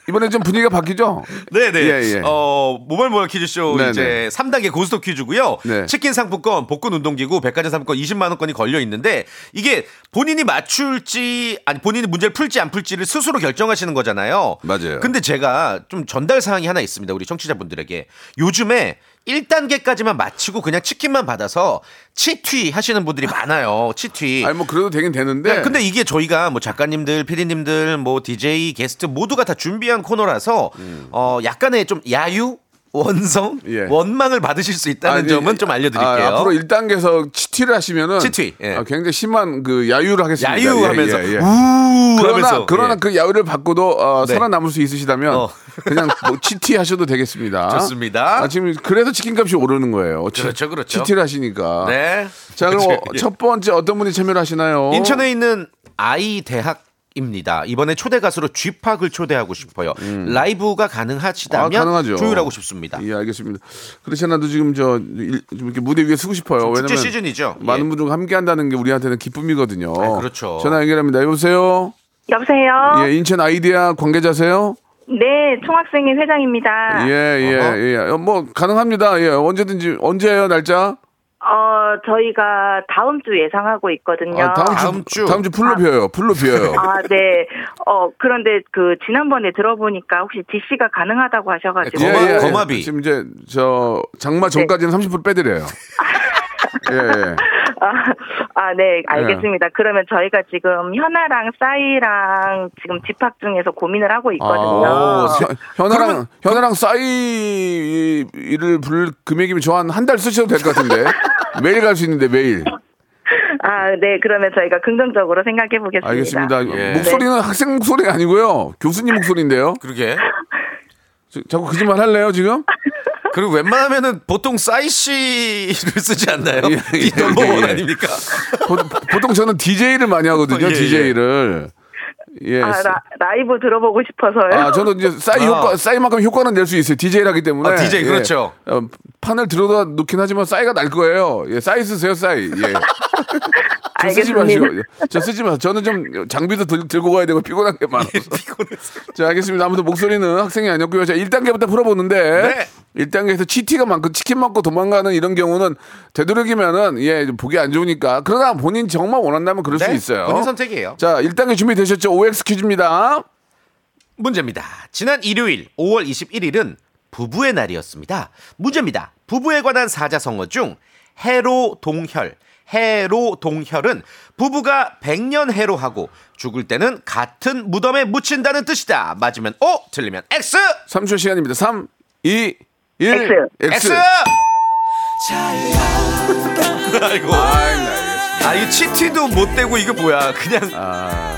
S3: 이번에 좀 분위기가 바뀌죠?
S6: 네네.
S3: 예, 예.
S6: 어, 모바일 모바일 퀴즈쇼
S3: 네네.
S6: 이제 3단계 고스톱 퀴즈고요.
S3: 네.
S6: 치킨 상품권, 복근 운동기구, 백화점 상품권 20만 원권이 걸려 있는데 이게 본인이 맞출지 아니 본인이 문제를 풀지 안 풀지를 스스로 결정하시는 거잖아요.
S3: 맞아요.
S6: 근데 제가 좀 전달 사항이 하나 있습니다. 우리 청취자분들에게. 요즘에 1단계까지만 마치고 그냥 치킨만 받아서 치튀 하시는 분들이 많아요. 치튀.
S3: 아니 뭐 그래도 되긴 되는데.
S6: 네, 근데 이게 저희가 뭐 작가님들, 피디님들, 뭐 DJ, 게스트 모두가 다 준비한 코너라서 어 약간의 좀 야유, 원성,
S3: 음. 예.
S6: 원망을 받으실 수 있다는
S3: 아니,
S6: 점은 좀 알려드릴게요.
S3: 아, 앞으로 1단계에서 치티를 하시면은
S6: 치티, 예.
S3: 아, 굉장히 심한 그 야유를 하겠습니다. 예,
S6: 야유하면서
S3: 예, 예.
S6: 우
S3: 그러나
S6: 하면서
S3: 그러나 그 야유를 받고도 어,
S6: 네.
S3: 살아남을 수 있으시다면
S6: 어.
S3: 그냥 뭐 치티 하셔도 되겠습니다.
S6: 좋습니다.
S3: 아, 지금 그래서 치킨값이 오르는 거예요. 치-
S6: 그렇죠, 그렇죠.
S3: 치티를 하시니까.
S6: 네.
S3: 자 그럼
S6: 그렇죠.
S3: 어, 첫 번째 어떤 분이 참여를 하시나요?
S6: 예. 인천에 있는 아이 대학 입니다. 이번에 초대 가수로 쥐팍을 초대하고 싶어요. 라이브가 가능하시다면
S3: 음. 아, 가능하죠.
S6: 조율하고 싶습니다.
S3: 예 알겠습니다. 그렇지 않아도 지금 저좀 이렇게 무대 위에 서고 싶어요.
S6: 축제
S3: 왜냐면
S6: 시즌이죠.
S3: 많은
S6: 예.
S3: 분들과 함께 한다는 게 우리한테는 기쁨이거든요.
S6: 아, 그렇죠.
S3: 전화 연결합니다. 여보세요.
S7: 어?
S8: 여보세요?
S3: 예, 인천 아이디어 관계자세요?
S8: 네, 총학생회
S7: 네.
S8: 회장입니다.
S3: 예, 예, 예. 뭐, 가능합니다. 예, 언제든지, 언제예요, 날짜?
S8: 어, 저희가 다음 주 예상하고 있거든요.
S3: 아, 다음 주,
S6: 다음 주.
S3: 다음 주 풀로 비어요. 풀로 비어요.
S8: 아, 네. 어, 그런데 그 지난번에 들어보니까 혹시 DC가 가능하다고 하셔가지고.
S6: 네, 거마- 거마비.
S3: 예, 지금 이제, 저, 장마 전까지는 30% 빼드려요. 예, 예.
S8: 아, 아, 네, 알겠습니다. 그러면 저희가 지금 현아랑 싸이랑 지금 집합 중에서 고민을 하고 있거든요.
S3: 아, 오, 현- 현아랑, 현아랑 싸이를 부를 금액이면 저 한 한 달 쓰셔도 될 것 같은데. 매일 갈 수 있는데, 매일.
S8: 아, 네, 그러면 저희가 긍정적으로 생각해 보겠습니다.
S3: 알겠습니다.
S6: 예.
S3: 목소리는
S8: 네.
S3: 학생 목소리가 아니고요. 교수님 목소리인데요.
S6: 그러게.
S3: 저- 자꾸 그 거짓말 할래요, 지금?
S6: 그리고 웬만하면은 보통 싸이 씨를 쓰지 않나요?
S3: 예, 예,
S6: 이 넘버원
S3: 예, 예.
S6: 아닙니까?
S3: 보, 보통 저는 DJ를 많이 하거든요,
S6: 예, 예.
S3: DJ를. 예.
S8: 아, 라, 라이브 들어보고 싶어서요.
S3: 아, 저는 이제 싸이
S6: 아.
S3: 효과, 싸이만큼 효과는 낼 수 있어요. DJ라기 때문에.
S6: 아, DJ, 그렇죠.
S3: 예. 어, 판을 들어다 놓긴 하지만 싸이가 날 거예요. 예, 싸이 쓰세요, 싸이. 예. 저 쓰지
S8: 알겠습니다.
S3: 마시고. 예, 저 쓰지 마세요. 저는 좀 장비도 들, 들고 가야 되고 피곤한 게 많아서.
S6: 예,
S3: 자, 알겠습니다. 아무튼 목소리는 학생이 아니었고요. 자, 1단계부터 풀어보는데.
S6: 네.
S3: 일 1단계에서 치티가 많고 치킨 먹고 도망가는 이런 경우는 되도록이면은 예, 보기 안 좋으니까. 그러나 본인 정말 원한다면 그럴 수
S6: 네,
S3: 있어요.
S6: 본인 선택이에요.
S3: 자, 1단계 준비되셨죠? OX 퀴즈입니다.
S6: 문제입니다. 지난 일요일 5월 21일은 부부의 날이었습니다. 문제입니다. 부부에 관한 사자성어 중 해로 동혈, 해로 동혈은 부부가 백년 해로하고 죽을 때는 같은 무덤에 묻힌다는 뜻이다. 맞으면 O, 틀리면 X.
S3: 3초 시간입니다. 3, 2, 1.
S6: X.
S8: X.
S6: 아이고. 아, 이 치티도 못 되고 이거 뭐야? 그냥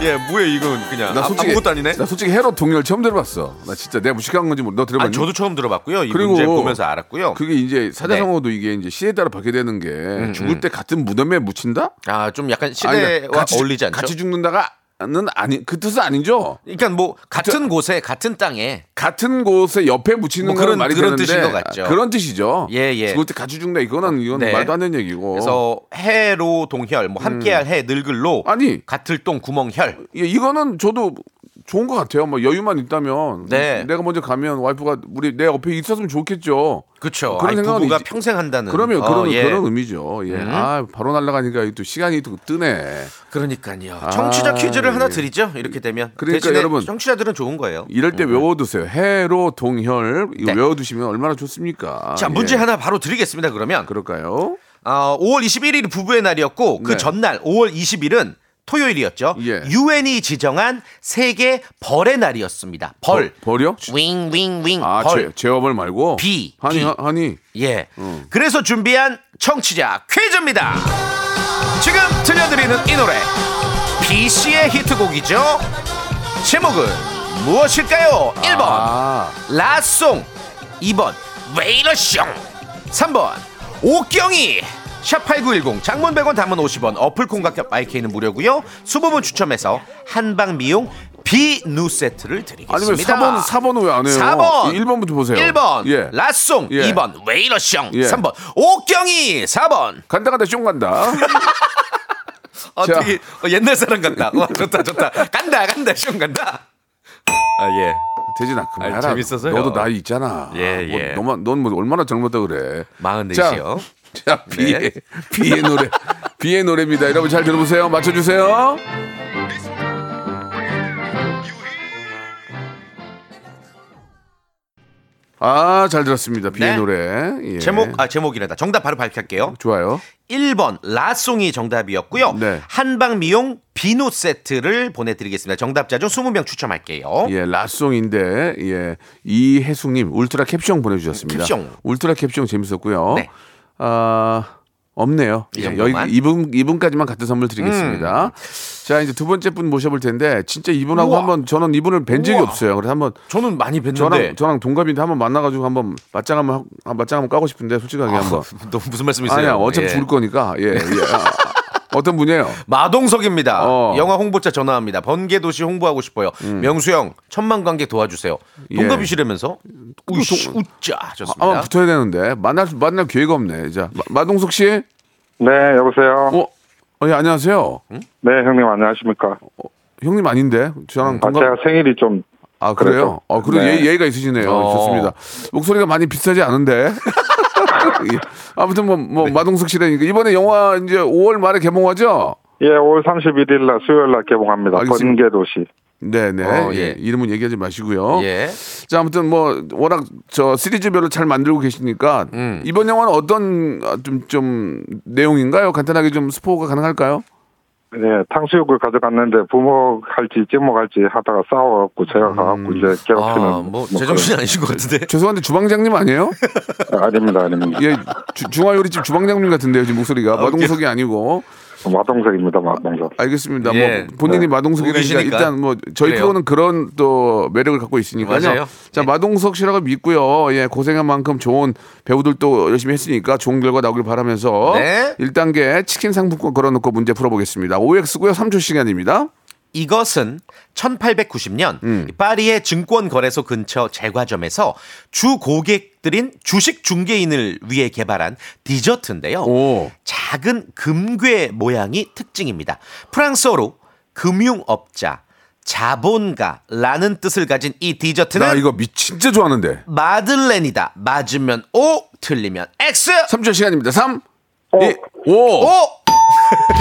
S6: 예, 뭐야 이건 그냥
S3: 아. 나 솔직히
S6: 아무것도 아니네.
S3: 나 솔직히 해로 동열 처음 들어봤어. 나 진짜 내가 무식한 건지 모르. 너
S6: 아,
S3: 들어봤니?
S6: 저도 처음 들어봤고요. 이
S3: 그리고
S6: 문제 보면서 알았고요. 네.
S3: 그게 이제 사자성어도 이게 이제 시에 따라 바뀌게 되는 게 죽을 때 같은 무덤에 묻힌다?
S6: 아, 좀 약간
S3: 아니, 그러니까
S6: 음. 시대와 어울리지 않죠?
S3: 같이 죽는다가는 아니 그 뜻은 아니죠.
S6: 그러니까 뭐 같은 곳에 같은 땅에
S3: 같은 곳에 옆에 묻히는
S6: 뭐
S3: 그런,
S6: 그런-
S3: 말이
S6: 그런
S3: 되는데
S6: 뜻인 것 같죠.
S3: 아, 그런 뜻이죠.
S6: 예, 예.
S3: 죽을 때 같이 죽는다 이거는 이건
S6: 네.
S3: 말도 안 되는 얘기고.
S6: 그래서 해로 동혈 뭐 함께할 해 늙을로
S3: 어. 음. 아니.
S6: 같을 똥 구멍혈
S3: 예, 이거는 저도 좋은 것 같아요. 뭐 여유만 있다면
S6: 네.
S3: 내가 먼저 가면 와이프가 우리 내 옆에 있었으면 좋겠죠.
S6: 그렇죠.
S3: 그런
S6: 아니,
S3: 생각은
S6: 부부가
S3: 있지.
S6: 평생 한다는
S3: 그러면 그런
S6: 예.
S3: 그런 의미죠. 예. 아 바로 날아가니까 또 시간이 또 뜨네.
S6: 그러니까요. 청취자
S3: 아,
S6: 퀴즈를 하나
S3: 예.
S6: 드리죠. 이렇게 되면
S3: 그러니까
S6: 대신에
S3: 여러분.
S6: 청취자들은 좋은 거예요.
S3: 이럴 때 외워두세요. 해로 동혈 이거
S6: 음. 네.
S3: 외워두시면 얼마나 좋습니까?
S6: 자
S3: 예.
S6: 문제 하나 바로 드리겠습니다. 그러면
S3: 그럴까요?
S6: 어, 5월 21일이 부부의 날이었고 그
S3: 네.
S6: 전날 5월 20일은 토요일이었죠.
S3: 예.
S6: 유엔이 지정한 세계 벌의 날이었습니다. 벌.
S3: 벌- 벌이요?
S6: 윙윙윙
S3: 아
S6: 벌.
S3: 죄, 죄업을 말고
S6: 비,
S3: 아니
S6: 비.
S3: 아니
S6: 예. 그래서 준비한 청취자 퀴즈입니다. 지금 들려드리는 이 노래. BC의 히트곡이죠. 제목은 무엇일까요? 1번.
S3: 아.
S6: 라송. 2번. 웨이러숑. 3번. 옥경이. 샵8910 장문 100원 단문 50원 어플 콩각격 마이케이는 무료고요. 20분 추첨해서 한방 미용 비누 세트를 드리겠습니다.
S3: 아니면 4번 4번은 왜 안 해요?
S6: 4번.
S3: 1번부터 보세요.
S6: 1번.
S3: 예.
S6: 라송.
S3: 예.
S6: 2번. 웨이러숑.
S3: 예.
S6: 3번. 옥경이. 4번.
S3: 간다 간다 쫑 간다.
S6: 어,
S3: 자.
S6: 되게 어, 옛날 사람 같다. 와, 좋다, 좋다. 간다, 간다, 숑 간다. 아, 예.
S3: 되진 않고
S6: 아니,
S3: 알아.
S6: 재밌어서요.
S3: 너도 나이 있잖아.
S6: 예,
S3: 뭐,
S6: 예.
S3: 너만 넌뭐 얼마나 젊었다 그래.
S6: 마흔넷이요.
S3: 자, 자 비의
S6: 네.
S3: 비의 노래 비의 노래입니다. 여러분 잘 들어보세요. 맞춰주세요. 아, 잘 들었습니다. 비의
S6: 네.
S3: 노래. 예.
S6: 제목, 아, 제목이란다. 정답 바로 밝힐게요.
S3: 좋아요.
S6: 1번, 라송이 정답이었고요.
S3: 네.
S6: 한방 미용 비누 세트를 보내드리겠습니다. 정답자 중 20명 추첨할게요.
S3: 예, 라송인데 예 이혜숙님 울트라 캡숑 보내주셨습니다.
S6: 캡숑.
S3: 울트라 캡숑 재밌었고요.
S6: 네.
S3: 아 없네요.
S6: 이
S3: 예, 여기
S6: 정도만? 음.
S3: 이분 이분까지만 같은 선물 드리겠습니다. 자 이제 두 번째 분 모셔볼 텐데 진짜 이분하고
S6: 우와.
S3: 한번 저는 이분을 뵌 적이
S6: 우와.
S3: 없어요. 그래서 한번
S6: 저는 많이 뵀는데.
S3: 저랑 저랑 동갑인데 한번 만나가지고 한번 맞짱 한번 하- 아, 맞짱 한번 까고 싶은데 솔직하게 한번
S6: 너무 무슨 말씀이세요?
S3: 아니야 어차피
S6: 아, 예.
S3: 죽을 거니까 예, 예. 아, 어떤 분이에요?
S6: 마동석입니다.
S3: 어.
S6: 영화 홍보차 전화합니다. 번개도시 홍보하고 싶어요. 명수 형, 천만 관객 도와주세요. 동갑이시라면서? 우씨, 웃자 하셨습니다.
S3: 아마 붙어야 되는데 만날 수- 만날 기회가 없네. 자 마- 마동석 씨,
S9: 네, 여보세요.
S3: 어, 어 예, 안녕하세요.
S9: 네, 형님 안녕하십니까?
S3: 형님 아닌데 저랑
S9: 아,
S3: 동갑
S9: 제가 생일이 좀
S3: 아 그래요? 어 그래도
S9: 네.
S3: 예, 예의가 있으시네요.
S6: 어.
S3: 좋습니다. 목소리가 많이 비슷하지 않은데. 예. 아무튼 뭐, 뭐
S6: 네.
S3: 마동석 씨라니까 이번에 영화 이제 5월 말에 개봉하죠?
S9: 예, 5월 31일 날 수요일 날 개봉합니다.
S3: 알겠습니다.
S9: 번개도시.
S3: 네네.
S6: 어,
S3: 예.
S6: 예.
S3: 이름은 얘기하지 마시고요.
S6: 예.
S3: 자 아무튼 뭐 워낙 저 시리즈별로 잘 만들고 계시니까
S9: 음.
S3: 이번 영화는 어떤 아, 좀 좀 내용인가요? 간단하게 좀 스포가 가능할까요?
S9: 예, 탕수육을 가져갔는데 부모 갈지 찜모 갈지 하다가 싸워갖고 제가 가갖고 이제 괴롭히는.
S6: 아, 뭐 제정신이 아니신 것 같은데.
S3: 죄송한데 주방장님 아니에요?
S9: 뭐 그런- 아닙니다, 아닙니다.
S3: 예, 주- 중화요리집 주방장님 같은데요 지금
S9: 아,
S3: 목소리가
S9: 예.
S3: 마동석이 아니고
S9: 마동석입니다, 마동석.
S3: 알겠습니다.
S6: 예.
S3: 뭐 본인이 마동석이니까
S6: 보이시니까.
S3: 일단 뭐 저희
S6: 그래요.
S3: 프로는 그런 또 매력을 갖고 있으니까요.
S6: 맞아요. 예.
S3: 자 마동석 씨라고 믿고요. 예 고생한 만큼 좋은 배우들 또 열심히 했으니까 좋은 결과 나오길 바라면서
S6: 네.
S3: 1단계 치킨 상품권 걸어놓고 문제 풀어보겠습니다. OX고요. 3초 시간입니다.
S6: 이것은 1890년
S3: 음.
S6: 파리의 증권 거래소 근처 제과점에서 주 고객들인 주식 중개인을 위해 개발한 디저트인데요.
S3: 오.
S6: 작은 금괴 모양이 특징입니다. 프랑스어로 금융업자, 자본가라는 뜻을 가진 이 디저트는
S3: 나 이거 미 진짜 좋아하는데.
S6: 마들렌이다. 맞으면 O, 틀리면 X.
S3: 3초 시간입니다. 3, 2, 5.
S6: 오!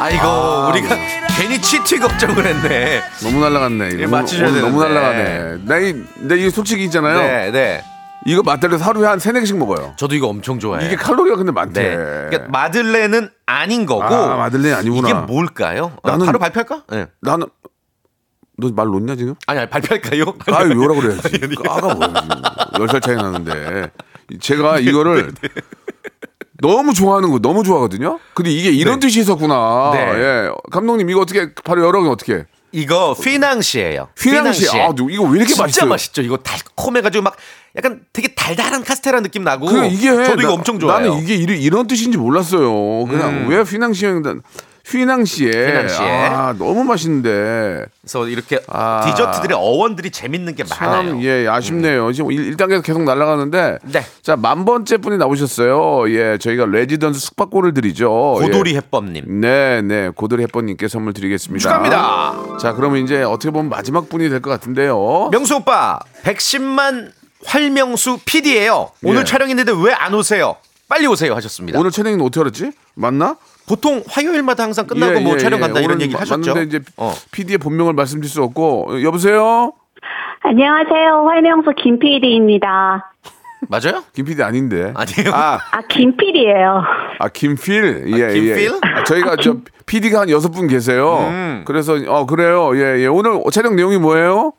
S6: 아이고 우리가 괜히 치팅 걱정을 했네.
S3: 너무 날라갔네. 이거.
S6: 예, 맞추셔야
S3: 오늘 너무
S6: 되는데.
S3: 날라가네. 나이, 나이 솔직히 있잖아요.
S6: 네, 네.
S3: 이거 맛달려서 하루에 한 세네 개씩 먹어요.
S6: 저도 이거 엄청 좋아해요.
S3: 이게 칼로리가 근데 많대.
S6: 네. 그러니까 마들렌은 아닌 거고.
S3: 아, 마들렌 아니구나.
S6: 이게 뭘까요? 어,
S3: 나는-
S6: 바로 발표할까? 예.
S3: 나는 너 말 놓냐 지금?
S6: 아니, 아니 발표할까요?
S3: 아유 뭐라 그래야지. 까가 뭐야 지금. 10살 차이 나는데. 제가 이거를 너무 좋아하는 거 너무 좋아하거든요. 근데 이게 이런 뜻이 있었구나.
S6: 네.
S3: 예. 감독님 이거 어떻게 바로 열어요 어떻게?
S6: 이거 휘낭시예요.
S3: 휘낭시. 아, 이거 왜 이렇게
S6: 진짜
S3: 맛있어요?
S6: 맛있죠. 이거 달콤해가지고 막 약간 되게 달달한 카스테라 느낌 나고.
S3: 그 이게
S6: 저도 이거
S3: 나-
S6: 엄청 좋아해요. 음.
S3: 나는 이게 이런, 이런 뜻인지 몰랐어요. 그냥 왜 휘낭시에 휘낭시에
S6: 휘낭시에.
S3: 아 너무 맛있는데
S6: 그래서 이렇게
S3: 아.
S6: 디저트들의 어원들이 재밌는 게 많아요.
S3: 참, 예, 아쉽네요. 지금 1단계에서 계속 날아가는데.
S6: 네.
S3: 자, 만 번째 분이 나오셨어요. 예, 저희가 레지던스 숙박권을 드리죠.
S6: 고돌이
S3: 예.
S6: 해법님.
S3: 네, 네. 고돌이 햇번님께 선물 드리겠습니다.
S6: 축하합니다.
S3: 자, 그러면 이제 어떻게 보면 마지막 분이 될 것 같은데요.
S6: 명수 오빠 110만 활명수 PD예요. 오늘
S3: 예.
S6: 촬영했는데 왜 안 오세요? 빨리 오세요 하셨습니다.
S3: 오늘 촬영은 어떻게 알았지? 맞나?
S6: 보통 화요일마다 항상 끝나고
S3: 예,
S6: 뭐
S3: 예,
S6: 촬영
S3: 예.
S6: 간다 이런
S3: 오늘
S6: 얘기
S3: 마-
S6: 하셨죠?
S3: 맞는데 이제
S6: 어.
S3: PD의 본명을 말씀드릴 수 없고 어, 여보세요?
S7: 안녕하세요. 활명수 김PD입니다.
S6: 맞아요?
S3: 김 PD 아닌데.
S6: 아니에요.
S3: 아,
S7: 아, 김PD예요.
S3: 아 김필 예,
S6: 아, 김필? 음.
S3: 예. 아, 저희가 저 PD가 한 여섯 분 계세요. 그래서 어 그래요. 예, 예. 오늘 촬영 내용이 뭐예요?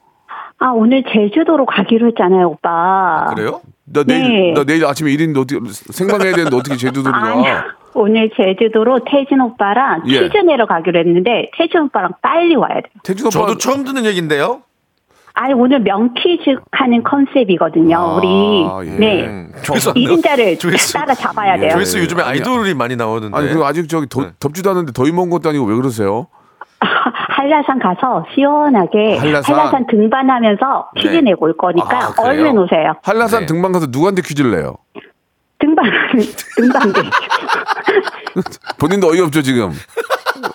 S7: 아, 오늘 제주도로 가기로 했잖아요, 오빠.
S6: 그래요?
S3: 나 내일
S7: 네.
S3: 나 내일 아침에 일인데 어떻게 생방해야 되는데 어떻게 제주도로
S7: 아니,
S3: 가?
S7: 오늘 제주도로 태진 오빠랑
S3: 예.
S7: 퀴즈 내러 가기로 했는데, 태진 오빠랑 빨리 와야 돼.
S3: 태주도
S6: 저도 처음 듣는 얘기인데요.
S7: 아니, 오늘 명퀴즈 하는 컨셉이거든요, 우리.
S3: 예.
S7: 네.
S6: 아, 조회수 안 나오-
S7: 1인자를
S6: 조회수- 예,
S7: 따라잡아야 돼요.
S6: 조회수 요즘에 아이돌이 많이 나오는데.
S3: 예. 아니 그리고 아직 저기 더,
S6: 네.
S3: 덥지도 않은데 더위 먹은 것도 아니고 왜 그러세요?
S7: 한라산 가서 시원하게
S3: 한라산.
S7: 한라산, 등반하면서 퀴즈
S6: 네.
S7: 내고 올 거니까
S6: 아, 그래요?
S7: 얼른 오세요.
S3: 한라산
S6: 네.
S3: 등반 가서 누구한테 퀴즈를 내요?
S7: 등반 등반대.
S3: 본인도 어이없죠 지금.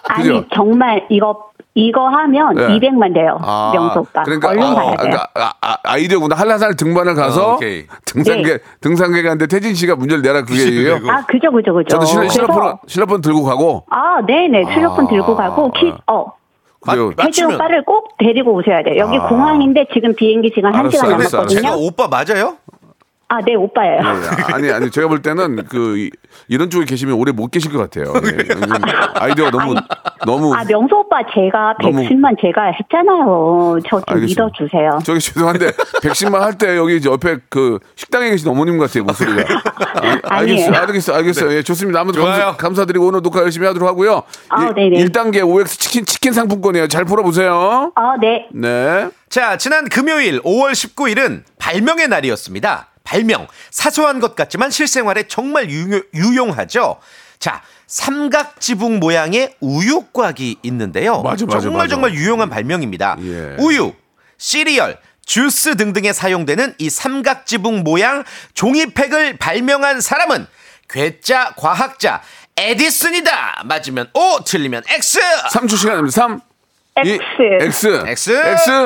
S7: 아니
S3: 그죠?
S7: 정말 이거 이거 하면
S3: 네.
S7: 200만 돼요.
S3: 아,
S7: 명수 오빠.
S3: 그러니까
S7: 얼른
S3: 아,
S7: 가야 돼요.
S3: 그러니까 아, 아, 아이디어구나. 한라산 등반을
S6: 어,
S3: 가서
S6: 오케이.
S3: 등산객
S7: 네.
S3: 등산객한테 태진 씨가 문제를 내라 그게
S6: 퀴즈를
S3: 얘기예요.
S6: 내고.
S7: 아 그죠 그죠 그죠.
S3: 저도 실내
S7: 그래서-
S3: 실내폰 실내폰 들고 가고
S7: 아 네네 실력폰
S3: 아.
S7: 들고 가고 퀴즈 어.
S3: 그리고
S6: 맞-
S7: 태준
S6: 맞추면-
S7: 오빠를 꼭 데리고 오셔야 돼요. 여기
S3: 아.
S7: 공항인데 지금 비행기 시간
S3: 알았어,
S7: 1시간
S3: 알았어, 알았어.
S7: 남았거든요.
S6: 제가 오빠 맞아요?
S7: 아, 네, 오빠예요.
S3: 예, 아니 아니 제가 볼 때는 그 이- 이런 쪽에 계시면 오래 못 계실 것 같아요. 예. 요즘 아이디어가 너무 너무
S7: 아, 명수 오빠 제가
S3: 너무-
S7: 백신만 제가 했잖아요. 저 좀
S3: 알겠습니다.
S7: 믿어주세요.
S3: 저기 죄송한데 백신만 할 때 여기 이제 옆에 그 식당에 계신 어머님 같아요 목소리가. 아,
S7: 아니에요.
S3: 알겠어요, 알겠어요, 알겠어요. 예, 좋습니다. 아무튼
S6: 네. 좋아요.
S3: 감사, 감사드리고 오늘 녹화 열심히 하도록 하고요.
S7: 아,
S3: 일-
S7: 네네.
S3: 1단계 OX 치킨 치킨 상품권이에요. 잘 풀어보세요.
S7: 어, 네.
S3: 네.
S6: 자, 지난 금요일 5월 19일은 발명의 날이었습니다. 발명. 사소한 것 같지만 실생활에 정말 유용, 하죠 자, 삼각지붕 모양의 우유곽이 있는데요.
S3: 맞아, 맞아,
S6: 정말
S3: 맞아.
S6: 정말 유용한 발명입니다.
S3: 예.
S6: 우유, 시리얼, 주스 등등에 사용되는 이 삼각지붕 모양 종이팩을 발명한 사람은 괴짜 과학자 에디슨이다. 맞으면 O, 틀리면 X.
S3: 3초 시간입니다. 3
S7: X.
S3: X.
S6: X.
S3: X.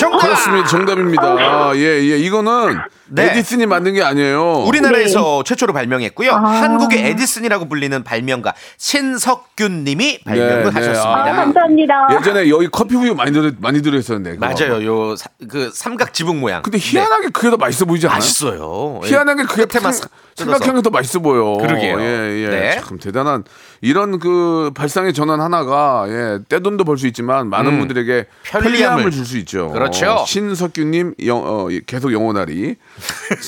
S6: 정답!
S3: 그렇습니다. 정답입니다. 아, 예, 예. 이거는
S6: 네.
S3: 에디슨이 만든 게 아니에요.
S6: 어,
S7: 네.
S6: 우리나라에서 최초로
S7: 아.
S6: 발명했고요. 한국의 에디슨이라고 불리는 발명가 신석균 님이 발명을
S3: 네, 네.
S7: 아,
S6: 하셨습니다.
S7: 감사합니다.
S3: 예전에 여기 커피우유 많이 들어 많이 들어 있었는데. 그거.
S6: 맞아요. 요 그 삼각 지붕 모양. 네,
S3: 근데 희한하게 그게 더 맛있어 보이지 않아요?
S6: 맛있어요. 예.
S3: 희한하게 그게
S6: 끝에만
S3: 생-
S6: 싹 뜯어서.
S3: 생각형이 더 맛있어 보여.
S6: 그러게요.
S3: 예, 예.
S6: 네.
S3: 참 대단한 이런 그 발상의 전환 하나가 예, 떼돈도 벌 수 있지만 많은 분들에게 편리함을,
S6: 음. 편리함을
S3: 줄 수 있죠.
S6: 그렇죠.
S3: 어, 신석규님 영, 어, 계속 영원하리.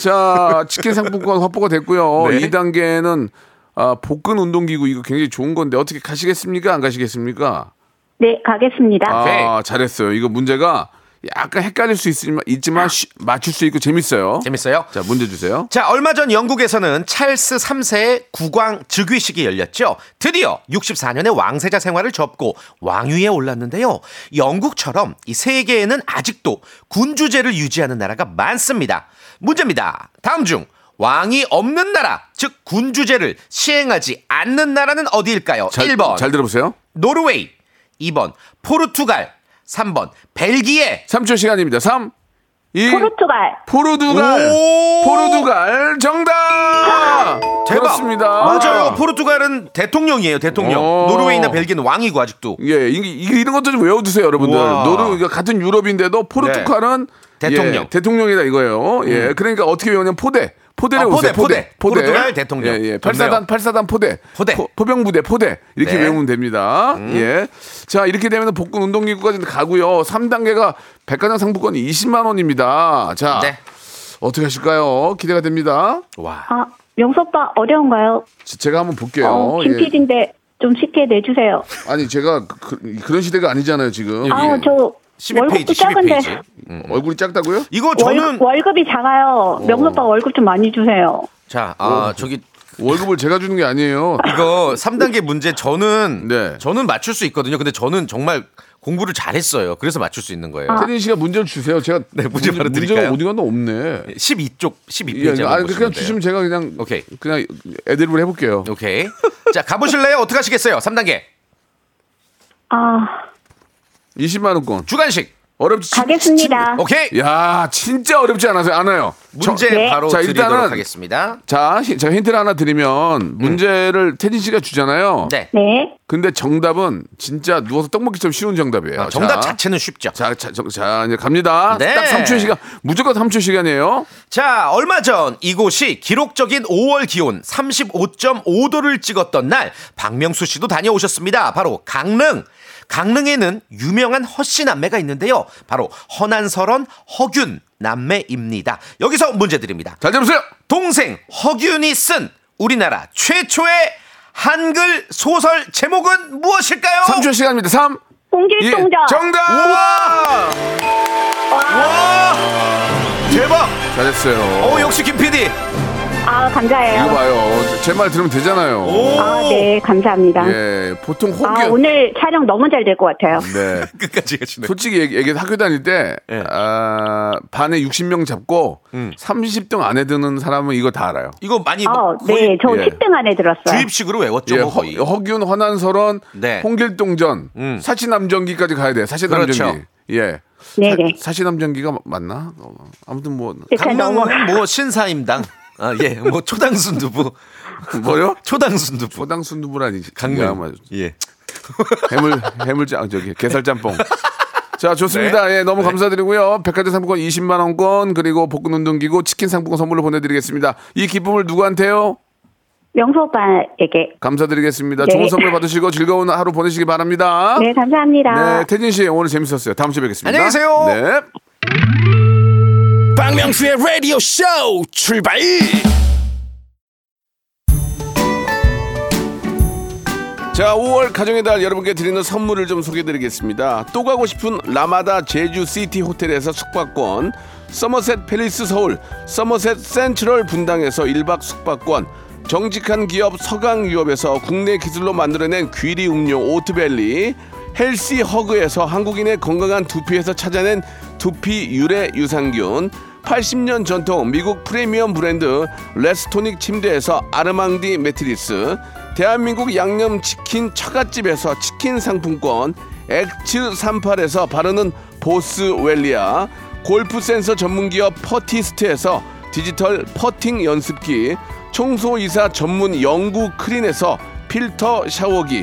S3: 자 치킨 상품권 확보가 됐고요.
S6: 네.
S3: 이 2단계는 아, 복근 운동기구 이거 굉장히 좋은 건데 어떻게 가시겠습니까? 안 가시겠습니까?
S7: 네, 가겠습니다.
S3: 아 잘했어요. 이거 문제가 약간 헷갈릴 수 있지만, 있지만 쉬- 맞출 수 있고 재밌어요.
S6: 재밌어요.
S3: 자 문제 주세요.
S6: 자, 얼마 전 영국에서는 찰스 3세의 국왕 즉위식이 열렸죠. 드디어 64년의 왕세자 생활을 접고 왕위에 올랐는데요. 영국처럼 이 세계에는 아직도 군주제를 유지하는 나라가 많습니다. 문제입니다. 다음 중 왕이 없는 나라, 즉 군주제를 시행하지 않는 나라는 어디일까요?
S3: 잘,
S6: 1번
S3: 잘 들어보세요.
S6: 노르웨이, 2번 포르투갈, 3번 벨기에.
S3: 3초 시간입니다. 3, 2,
S7: 포르투갈.
S3: 포르투갈.
S6: 오!
S3: 포르투갈 정답! 그렇습니다.
S6: 맞아요. 포르투갈은 대통령이에요. 대통령.
S3: 오.
S6: 노르웨이나 벨기에는 왕이고 아직도.
S3: 예, 이게, 이게 이런 것도 좀 외워두세요, 여러분들.
S6: 우와.
S3: 노르 그러니까 같은 유럽인데도 포르투갈은
S6: 네. 대통령. 음.
S3: 예, 대통령이다 이거예요. 예, 그러니까 어떻게 외우냐면 포대. 포대를
S6: 아, 포대,
S3: 외우세요. 포대,
S6: 포대. 포르투갈 대통령.
S3: 예, 예.
S6: 좋네요.
S3: 팔사단, 팔사단 포대.
S6: 포대.
S3: 포, 병부대 포대. 이렇게
S6: 네. 음.
S3: 외우면 됩니다. 예. 자, 이렇게 되면 복근 운동기구까지 가고요. 3단계가 백화점 상품권이 20만 원입니다. 자,
S6: 네.
S3: 어떻게 하실까요? 기대가 됩니다.
S6: 와.
S7: 아, 명수 오빠 어려운가요?
S3: 제- 제가 한번 볼게요.
S7: 어,
S3: 예.
S7: 김PD인데 좀 쉽게 내주세요.
S3: 아니 제가 그, 런 시대가 아니잖아요 지금.
S7: 아,
S3: 예.
S7: 저
S6: 12페이지,
S7: 월급도 작은데
S6: 12페이지.
S3: 얼굴이 작다고요?
S6: 이거
S7: 월,
S6: 저는 어.
S7: 어, 월급이 작아요. 명수 오빠 월급 좀 많이 주세요.
S6: 자, 아, 저기
S3: 월급을 제가 주는 게 아니에요.
S6: 이거 3단계 문제 저는
S3: 네.
S6: 저는 맞출 수 있거든요. 근데 저는 정말 공부를 잘했어요. 그래서 맞출 수 있는 거예요.
S7: 아.
S3: 태린 씨가 문제를 주세요. 제가
S6: 네, 문제 바로
S3: 문제가
S6: 드릴까요?
S3: 어디 갔나 없네.
S6: 12쪽 12페이지.
S3: 예, 아니, 그냥 주시면 제가 그냥
S6: 오케이.
S3: 그냥 애드립을 해볼게요.
S6: 오케이. 자, 가 보실래요? 어떻게 하시겠어요? 3단계.
S7: 아,
S3: 20만 원권
S6: 주간식.
S3: 어렵지. 진-
S7: 가겠습니다.
S6: 오케이.
S3: 진- 야 진짜 어렵지 않아요. 않아요.
S6: 문제
S7: 네.
S6: 바로
S3: 자,
S6: 드리도록
S3: 일단은-
S6: 하겠습니다.
S3: 자 히- 제가 힌트를 하나 드리면 문제를 태진 씨가 주잖아요.
S6: 음. 네.
S7: 네.
S3: 근데 정답은 진짜 누워서 떡 먹기처럼 쉬운 정답이에요.
S6: 아, 정답
S3: 자.
S6: 자체는 쉽죠.
S3: 자, 자, 자, 자, 이제 갑니다.
S6: 네.
S3: 딱 3초 시간. 무조건 3초 시간이에요.
S6: 자, 얼마 전 이곳이 기록적인 5월 기온 35.5도를 찍었던 날 박명수 씨도 다녀오셨습니다. 바로 강릉. 강릉에는 유명한 허씨 남매가 있는데요. 바로 허난설원 허균 남매입니다. 여기서 문제 드립니다.
S3: 잘 잡으세요.
S6: 동생 허균이 쓴 우리나라 최초의 한글 소설 제목은 무엇일까요?
S3: 3초 시간입니다. 3.
S6: 예,
S7: 홍길동전.
S3: 정답!
S6: 우와! 우와! 대박!
S3: 잘했어요.
S6: 어, 역시 김 PD.
S7: 아,
S3: 이거
S7: 감사해요.
S3: 봐요. 제 말 들으면 되잖아요.
S6: 오!
S7: 아, 네, 감사합니다.
S3: 예, 보통
S7: 아,
S3: 혹여.
S7: 오늘 촬영 너무 잘 될 것 같아요.
S6: 예.
S3: 네.
S6: 끝까지 가시네.
S3: 솔직히 얘기, 얘기해서 학교 다닐 때,
S6: 예.
S3: 아, 반에 60명 잡고,
S6: 음.
S3: 30등 안에 드는 사람은 이거 다 알아요.
S6: 이거 많이
S7: 아,
S6: 뭐
S7: 네,
S6: 거의
S7: 저
S3: 예.
S7: 10등 안에 들었어요.
S6: 주입식으로 외웠죠,
S3: 예,
S6: 뭐 거의.
S3: 허, 허균, 허난설원,
S6: 네.
S3: 홍길동전,
S6: 음.
S3: 사치남전기까지 가야 돼요. 사치남전기.
S6: 그렇죠.
S3: 예.
S7: 네, 네.
S3: 사, 사치남전기가 맞나? 어, 아무튼 뭐
S7: 일단 너무
S6: 강릉은 뭐 신사임당. 아, 예. 뭐 초당순 두부.
S3: 뭐요?
S6: 초당순 두부.
S3: 초당 순두부라니
S6: 강릉.
S3: 야, 맞아.
S6: 예.
S3: 해물 해물장 저기 게살 짬뽕. 자 좋습니다.
S6: 네.
S3: 예 너무 감사드리고요. 백화점 상품권 20만 원권 그리고 복근 운동기구 치킨 상품권 선물로 보내드리겠습니다. 이 기쁨을 누구한테요?
S7: 명수 오빠에게.
S3: 감사드리겠습니다.
S7: 네.
S3: 좋은 선물 받으시고 즐거운 하루 보내시기 바랍니다.
S6: 아.
S7: 네, 감사합니다.
S3: 네, 태진 씨 오늘 재밌었어요. 다음 주에 뵙겠습니다.
S6: 안녕히 계세요.
S3: 네.
S2: 박명수의 라디오 쇼 출발!
S3: 자, 5월 가정의 달 여러분께 드리는 선물을 좀 소개드리겠습니다. 또 가고 싶은 라마다 제주시티 호텔에서 숙박권, 서머셋 팰리스 서울, 서머셋 센트럴 분당에서 1박 숙박권, 정직한 기업 서강유업에서 국내 기술로 만들어낸 귀리 음료 오트밸리, 헬시 허그에서 한국인의 건강한 두피에서 찾아낸 두피 유래 유산균, 80년 전통 미국 프리미엄 브랜드 레스토닉 침대에서 아르망디 매트리스, 대한민국 양념치킨 처갓집에서 치킨 상품권 엑츠38에서 바르는 보스웰리아 골프센서 전문기업 퍼티스트에서 디지털 퍼팅 연습기 청소이사 전문 영구 크린에서 필터 샤워기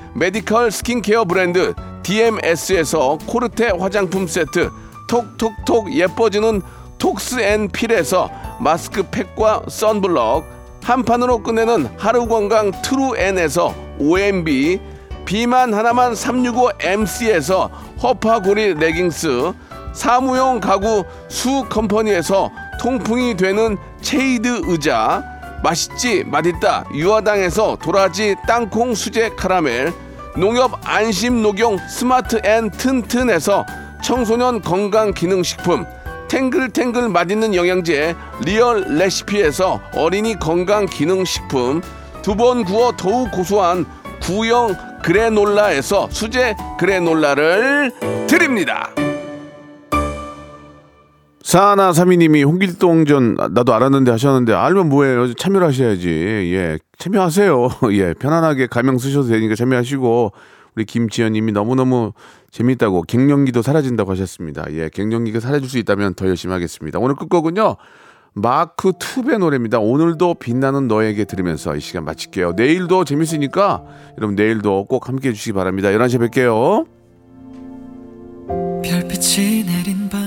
S3: 메디컬 스킨케어 브랜드 DMS에서 코르테 화장품 세트, 톡톡톡 예뻐지는 톡스앤필에서 마스크팩과 선블럭, 한 판으로 끝내는 하루 건강 트루엔에서 OMB, 비만 하나만 365MC에서 허파고리 레깅스 사무용 가구 수 컴퍼니에서 통풍이 되는 체이드 의자 맛있지 맛있다 유화당에서 도라지 땅콩 수제 카라멜 농협 안심 녹용 스마트 앤 튼튼에서 청소년 건강 기능 식품 탱글탱글 맛있는 영양제 리얼 레시피에서 어린이 건강 기능 식품 두 번 구워 더욱 고소한 구형 그래놀라에서 수제 그래놀라를 드립니다. 사나 사미님이 홍길동전 나도 알았는데 하셨는데 알면 뭐예요? 참여를 하셔야지. 예, 참여하세요. 예, 편안하게 가명 쓰셔도 되니까 참여하시고 우리 김지연님이 너무너무 재밌다고 갱년기도 사라진다고 하셨습니다. 예, 갱년기가 사라질 수 있다면 더 열심히 하겠습니다. 오늘 끝곡은요. 마크 투베 노래입니다. 오늘도 빛나는 너에게 들으면서 이 시간 마칠게요. 내일도 재밌으니까 여러분 내일도 꼭 함께 해주시기 바랍니다. 11시에 뵐게요.
S10: 별빛이 내린 밤